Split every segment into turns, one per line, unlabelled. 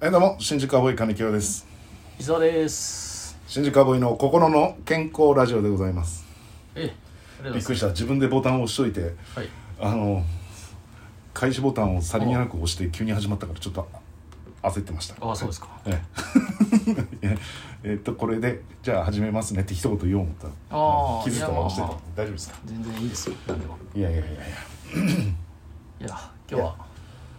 はいどうも新宿アボイ金城です
伊沢です
新宿アボイの心の健康ラジオでございます
えありがとう
びっ
ご
く
ざい
りした自分でボタンを押しといて
ますはい
あの開始ボタンをさりげなく押して急に始まったからちょっと焦ってました
ああそうですか
ええ えっとこれでじゃあ始めますねって一言言おう思ったら
あー
気づいたら押してた
いやまあ
大丈夫ですか
全然いいですよ何でも
いやいやいやいや
いや今日は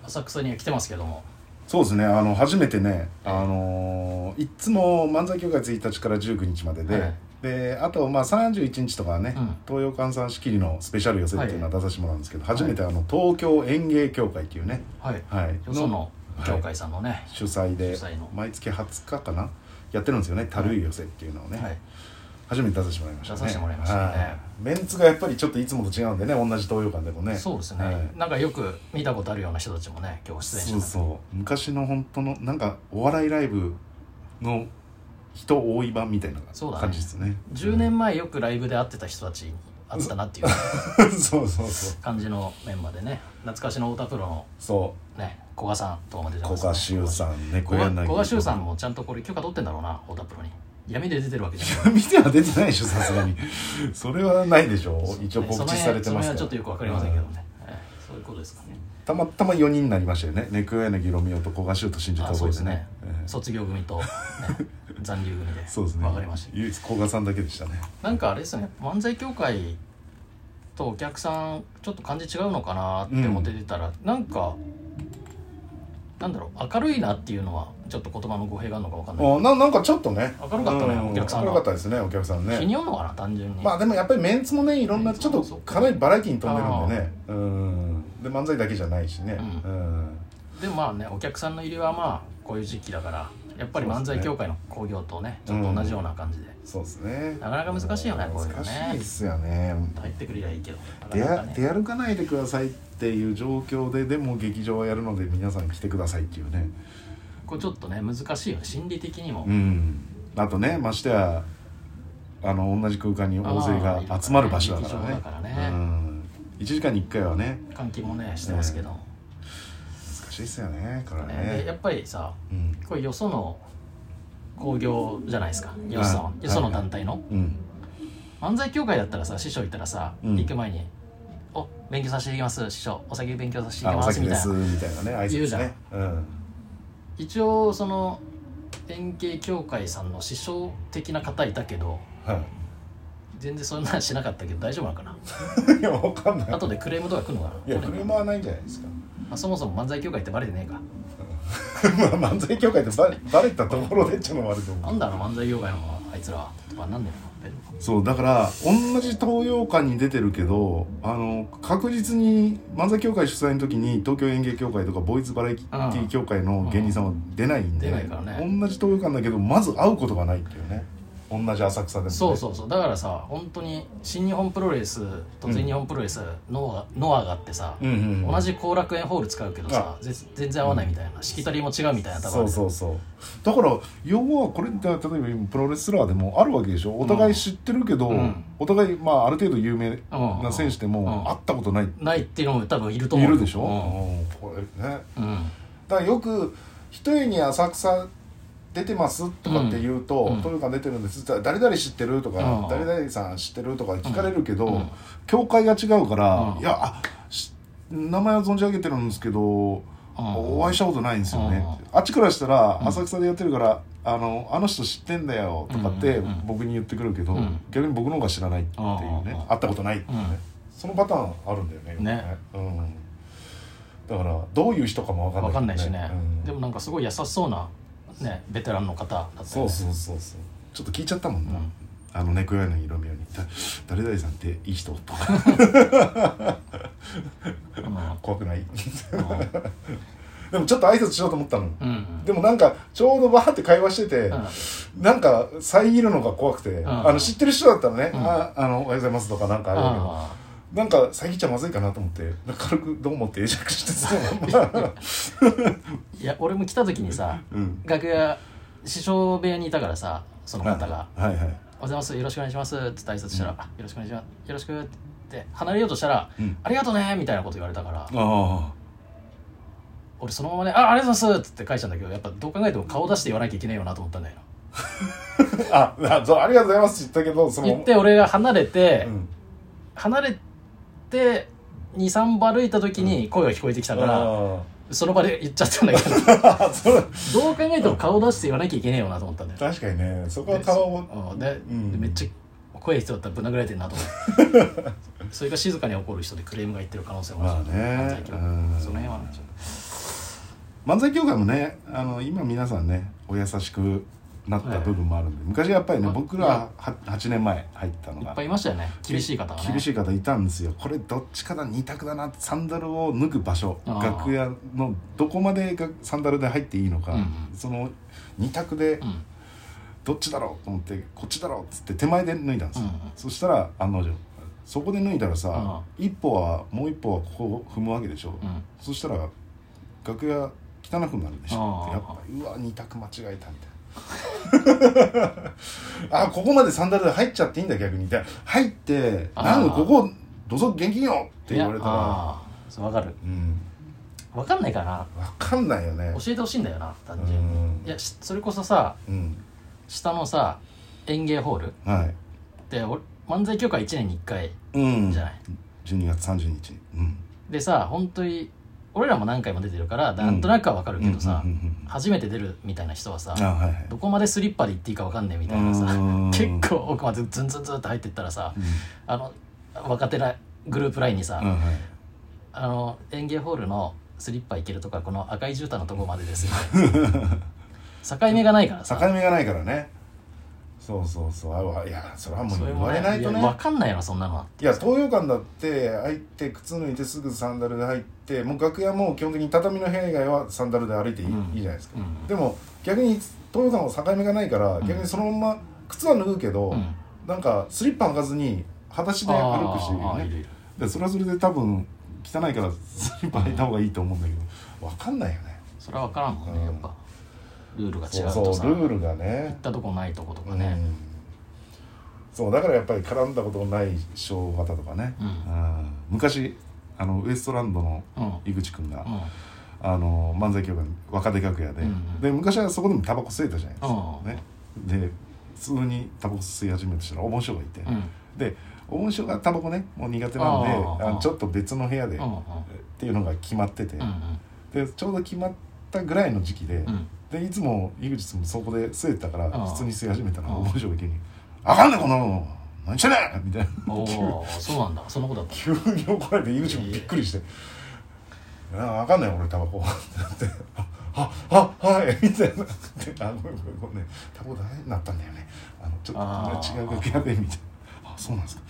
浅草には来てますけども
そうですねあの初めてね、あのーいっつも漫才協会1日から19日までで、
はい
であとまあ31日とかはね、
うん
東洋館さん仕切りのスペシャル寄せっていうのは出させてもらうんですけど、
い
初めてあの東京園芸協会っていうね、
はい
はい、
よその協会さんのね
主催で
主催の
毎月20日かなやってるんですよね「たるい寄せ」っていうのをね、
はい
初めて出させてもらいましたね
出させてもらいましたね
はいメンツがやっぱりちょっといつもと違うんでね同じ東洋館でもね
そうです
はい
ねなんかよく見たことあるような人たちもね今日出演し
そ
て
う
た
そう昔の本当のなんかお笑いライブの人多い版みたいな
そうだね
感じですね
10年前よくライブで会ってた人たちに会ってたなっていう
前 そうそうそう
感じのメンバーでね懐かしの太田プロの
そ
ね古賀さんとかも出
う
て
古
ます
賀修さんね
古賀
柳
古賀修さんもちゃんとこれ許可取ってんだろうな太田プロに闇で出てるわけじゃない
見ては出てないでしょさすがに それはないでしょ一応告知されて
その
ま
辺その辺
す
は
か
ちょ
ら
っとよくわかりませんけどね、ええそういうことですかね
たまたま4人になりましたよね猫柳ロミオと古賀修と新宿
あ
覚
そ
え
うで
て
すね
ね、ええ
卒業組と、ね、残留組で
そうですね
分かりました
唯一古賀さんだけでしたね
なんかあれですよね漫才協会とお客さんちょっと感じ違うのかなって思って出たら、なんかなんだろう明るいなっていうのはちょっと言葉の語弊があるのかわかんない
あななんかちょっとね
明るかったね
うん
お客さん
明
が
るかったですねお客さんね
日に合うのかな単純に、
まあでもやっぱりメンツもねいろんな
メン
ちょ
ツ
っ
も
と
そう
かなりバラエティに飛んでるんでねうんで漫才だけじゃないしねう
うんでもまあねお客さんの入りはまあこういう時期だからやっぱり漫才協会の興行とねちょっと同じような感じで、
そうですね
なかなか難しいよねこういうのね
難しいですよね
入ってくりゃいいけど
出
なかなか
や
ね
出歩かないでくださいっていう状況ででも劇場はやるので皆さん来てくださいっていうね
これちょっとね難しいよね心理的にも、
うんあとねましてやあの同じ空間に大勢が集まる場所だか
あーいる
ら
から
ね
ね
うん1時間に1回はね
換気もねしてますけど、
難しいですよねこれは
ねでや
ね
っぱりさ
うん
これよその興行じゃないですかよその
はい
よその団体の、
うん
漫才協会だったらさ師匠いたらさ、
うん
行く前に「お勉強させていきます師匠お酒勉強させていき
あお
ます」
酒
み
で
たい
す
な
みたいなね挨拶
言
で
う
す
じゃん
ねうん
一応その円形協会さんの師匠的な方いたけど
は、
全然そんなんしなかったけど大丈夫なのかない
い やわかんない
後でクレームとか来るのか
いや
なこれ
車はないんじゃないですか
あそもそも漫才協会ってバレてねえか
まあ漫才協会でバレバレたところでっちゃのもあると
な
思うん
だあの漫才業界のあいつらとかなんだよ
そうだから同じ東洋館に出てるけどあの確実に漫才協会主催の時に東京演芸協会とかボーイズバラエティ協会の芸人さんは出ないんで、
出ないからね
同じ東洋館だけどまず会うことがないっていうね同じ浅草でも、ね、
そうそうそうだからさ本当に新日本プロレスと全日本プロレス、ノアノアがあってさ、
うんうん、
同じ後楽園ホール使うけどさぜ全然合わないみたいな、しきたりも違うみたいな多分
そうそうそうだから要はこれって例えば今プロレスラーでもあるわけでしょお互い知ってるけど、
うん
お互い、まあ、ある程度有名
うん
な選手でも
うん
会ったことないって
ないっていうのも多分いると思
いうるでしょ、うんこれね
うん、うん
だからよく一重に浅草出てますとかって言うと、
うんうん
東洋館出てるんです誰々知ってるとか、
うん
誰々さん知ってるとか聞かれるけど、
うんうん
教会が違うから、
うん
いやあし名前は存じ上げてるんですけどお会いしたことないんですよね、あっちからしたら
うん
浅草でやってるから、あのあの人知ってんだよとかって
うんうんうん
僕に言ってくるけど、
うん
逆に僕の方が知らないっていう
うんうんう
ね
ん
会ったことないっていうね、そのパターンあるんだよねよく
ね
うん、だからどういう人かも分
分
か
か
ん
ん
な
ないいしね、
うん
でもなんかすごい優しそうなねベテランの方だったよね
そうそうそうそうちょっと聞いちゃったもんな、
うん
あの猫屋の色味にだ誰々さんっていい人と か
うん、うん
怖くない でもちょっと挨拶しようと思ったの、
うん
でもなんかちょうどバーって会話してて、
うん
なんか遮るのが怖くて、
ん
あの知ってる人だったらね「
うん
ああのおはようございます」とかなんかあれだけど、
あ
なんか遮っちゃまずいかなと思って軽く「どうも」って会釈してその まんま
ーいや俺も来た時にさ
うん
楽屋師匠部屋にいたからさその方が
はいはい
「おはようございますよろしくお願いします」って挨拶したらあ「よろしくお願いしますよろしく」って離れようとしたら
うん
「ありがとね」みたいなこと言われたから
ああ
「俺そのままね「あありがとうございます」っつって返したんだけどやっぱどう考えても顔出して言わなきゃいけないよなと思ったんだよな
ああそうありがとうございますって言ったけどその
言って俺が離れて、
うん
離れて23歩歩いた時に声が聞こえてきたから、
あ
その場で言っちゃったんだけ ど
ーそれ
どう考えても顔出して言わなきゃいけないよなと思ったんだよ
確かにねそこは顔を
うんで,で、
うん
めっちゃ声人だったらぶん殴られてんなと思って それが静かに怒る人でクレームがいってる可能性もあ
まあ
るし、犯罪
ね
記
う
録
ん
その辺はねちょっ
漫才協会もねあの今皆さんねお優しくなった部分もあるんで、昔はやっぱりね
ま
僕らは8年前入ったの
とい
が
っぱいいましたよね厳しい方がね
厳しい方いたんですよこれどっちかだ2択だなサンダルを脱ぐ場所
あー
楽屋のどこまでがサンダルで入っていいのか、
うんうん
その2択で
うん
どっちだろうと思ってこっちだろうっつって手前で脱いだんですよ、
うんうん
そしたら案の定そこで脱いだらさ、一歩はもう一歩はここを踏むわけでしょ、
うん
そしたら楽屋汚くなるでしょ
あー
やっぱうわ二択間違えたみたいな あここまでサンダルで入っちゃっていいんだ逆にみたいな入って「
あー
なんかここ土足厳禁よ!」って言われた
いや
ら
あーそうわかる
うん
わかんないから
分かんないよね
教えてほしいんだよな単
う
純に
ん
いやしそれこそさ
うん
下のさ園芸ホール
はい
で俺漫才協会1年に1回
うん
じゃない、
12月30日うん
でさ本当に俺らも何回も出てるからなんとなくはわかるけどさ、
うんうんうん
初めて出るみたいな人はさ、
うんあはいはい
どこまでスリッパで行っていいかわかんねえみたいなさ、
うん
結構奥までズンズンズンって入ってったらさ、
う
あの若手らグループラインにさ、
んうんはい
あの園芸ホールのスリッパ行けるとかこの赤い絨毯のとこまで ですよ境目がないから
境
さ
目がないからねそうそうそうあいやそれはもう
それ
言
も
われないとね
分かんないのそんなのはい
や東洋館だって入って靴脱いですぐサンダルで入ってもう楽屋も基本的に畳の部屋以外はサンダルで歩いていい,、
うん
いいじゃないですか、
うん
でも逆に東洋館は境目がないから、
ん
逆にそのまま靴は脱ぐけど、
うん
なんかスリッパ履かずに裸足で歩くし、
あーあーい
ね、
るいる
でそれはそれで多分汚いから スリッパ履いた方がいいと思うんだけど分かんないよね
それは分からんもんね、
うん
やっぱルールが違うとさ
そうそうルー
行
ルがね
ったとこないとことかね、
うんそうだからやっぱり絡んだことのない小型とかね、
うん
うん昔あのウエストランドの
うん
井口君が、
うん
あの漫才協会の若手楽屋で、
うんうん
で昔はそこでもタバコ吸えたじゃないですか、
うん
ね、で普通にタバコ吸い始めてしたらおぼん師匠がいて、
うん
でおぼん師匠がタバコねもう苦手なんで
ああ
あのちょっと別の部屋で、
うんうん
っていうのが決まってて、
うんうん
でちょうど決まったぐらいの時期で、
うん
でいつも井口さんもそこで吸えてたから
ああ
普通に吸い始めたら
ああ
面白い急に「あかんねこんなの何してんねん!」みたいな
おおそうなんだそんなことだった
急に怒られて井口もびっくりして「ああかんねん俺タバコ」ってなって「あああはい」みたいなって「あごめんごめんごめんねタバコダメになったんだよねあのち
あ
ょ
あ
っと違う楽屋で」みたいな「あそうなんですか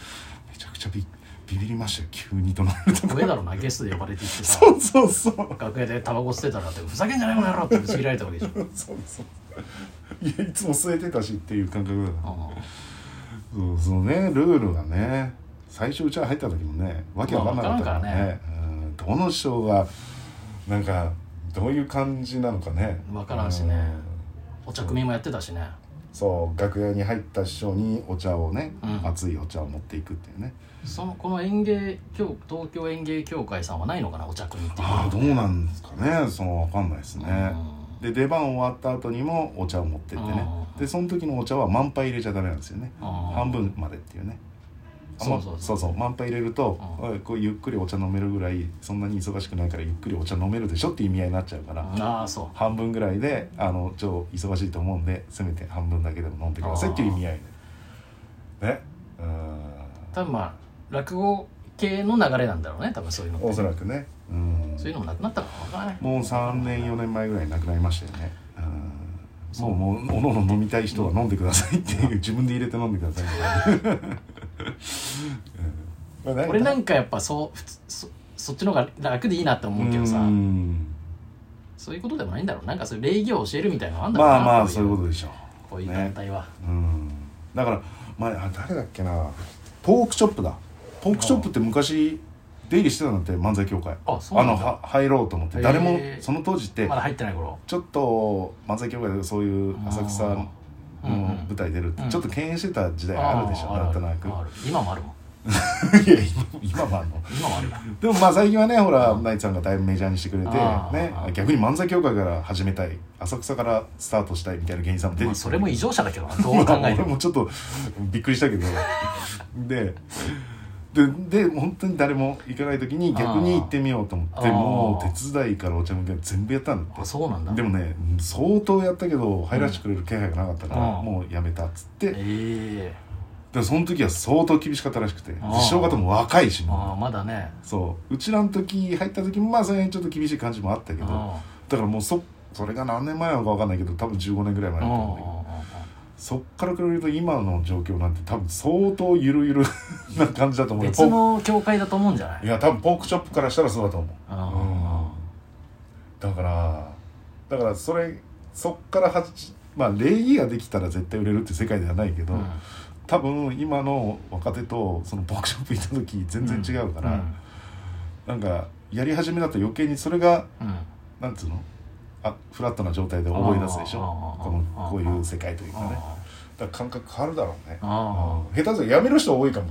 めちゃくちゃビビビりましたよ急にとなると
上だろうなゲストで呼ばれていってさ
そうそうそう
楽屋でタバコ吸ってたらってふざけんじゃないこの野郎ってぶち切られたわけでしょ、うん
そうそういやいつも吸えてたしっていう感覚だからそうそうねルールがね最初うちは入った時もねわけわかんなかったからね,、
まあわからん
うんどの人がなんかどういう感じなのかね
わからんしね
うん
お茶組もやってたしね
そう楽屋に入った師匠にお茶をね、
うん
熱いお茶を持っていくっていうね
そのこの園芸協東京園芸協会さんはないのかなお茶組っていう
ああどうなんですかねそのわかんないですね、
うん
で出番終わった後にもお茶を持ってってね
うん
でその時のお茶は満杯入れちゃダメなんですよね
うん
半分までっていうねあんま
そうそう
そ
そう
そう満杯入れるとおいこうゆっくりお茶飲めるぐらいそんなに忙しくないからゆっくりお茶飲めるでしょっていう意味合いになっちゃうから
ああそう
半分ぐらいであのちょっと忙しいと思うんでせめて半分だけでも飲んでくださいっていう意味合いでねう
多分まあ落語系の流れなんだろうね多分そういうのっ
んお
て
そらくねうん
そういうのもなくなったのかわからない
もう3年4年前ぐらいに亡くなりましたよねうんもうもうおのおの飲みたい人は飲んでくださいっていう自分で入れて飲んでください っていううんこれ何
俺なんかやっぱそう普通そそっちの方が楽でいいなって思うけどさ
うん
そういうことでもないんだろうなんかそういう礼儀を教えるみたいなのあんだろうな
まあまあそういうことでしょ
こういう団体は、
う、うん、だから前あ誰だっけなポークショップだポークショップって昔出入りしてたんだって漫才協会
あそうなんだ
のは入ろうと思って誰も
へー
その当時って
まだ入ってない頃
ちょっと漫才協会でそういう浅草の
うんうん
舞台出るって
うん
ちょっと敬遠してた時代
あ
あるでしょ
ー
なんとなく
ある今もあるもん
いや今今はあの
今はあるな
でもまあ最近はねほら
うん
ナイツさんがだいぶメジャーにしてくれて
あー
ね
あー
逆に漫才協会から始めたい浅草からスタートしたいみたいな芸人さんも出て
ま
き
あ
て
それも異常者だけどなどう考えて
俺
も
もちょっとびっくりしたけどででで本当に誰も行かない時に逆に行ってみようと思って
あー
もう手伝いからお茶向け全部やったんだっ
あ
て
そうなんだ
でもね相当やったけど入らせてくれる気配がなかったから、
うん
もうやめたっつって、
ええ
でその時は相当厳しかったらしくてで
あー
師匠方も若いし
ああ
も
まだね
うそううちらの時入った時もまあそれにちょっと厳しい感じもあったけどだか
あ
らもうそそれが何年前なのか分かんないけど多分15年ぐらい
あ
前
あ
だ
あ
と思うんだけど。そっから比べると今の状況なんて多分相当ゆるゆる な感じだと
あ
思う
別
ポー
の教会だと思うんじゃな
クい
い
や多分ポークチョップからしたらそうだと思う
あ
だからだからそれそっからはじまあ礼儀ができたら絶対売れるって世界ではないけ
あ
ど、
うん
多分今の若手とそのポークショップ行った時全然違うから、なんかやり始めだと余計にそれが
うんうん
なんつうのあフラットな状態で思い出すでしょ
あー
このこういう世界というかね
あ
だから感覚変わるだろうね
ああ
下手するとやめる人多いかもし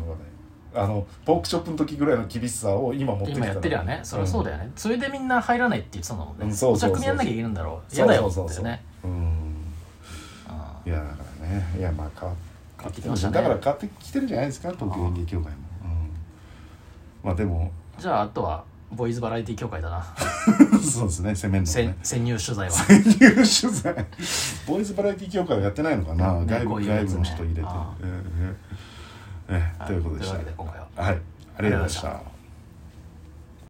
れないあのポークチョップの時ぐらいの厳しさを今持
あ
ってきた
今やってりゃねそりゃそうだ
よ、
よねそれでみんな入らないって言ってたんだもん
うん
ね
そう
お
そうそう
茶組みやんなきゃいけないんだろう嫌だよ
そうそう
っ
そ
て
う
ね
うん、
あ
いやだからねいやまあ変わ
変わってきましたね
だから変わってきてるじゃないですか東京演劇協会も、うん、まあでも
あじゃああとはボーイズバラエティ協会だな
そうですね攻めるのも
潜
ね
潜入取材は
潜入取材ボーイズバラエティ協会はやってないのかな、
ね
外
こう
部
いうやつ
外
ね
部の人入れて、
あ
ええええええということでし
とい
た
うわけで今回は
はいありがとうございました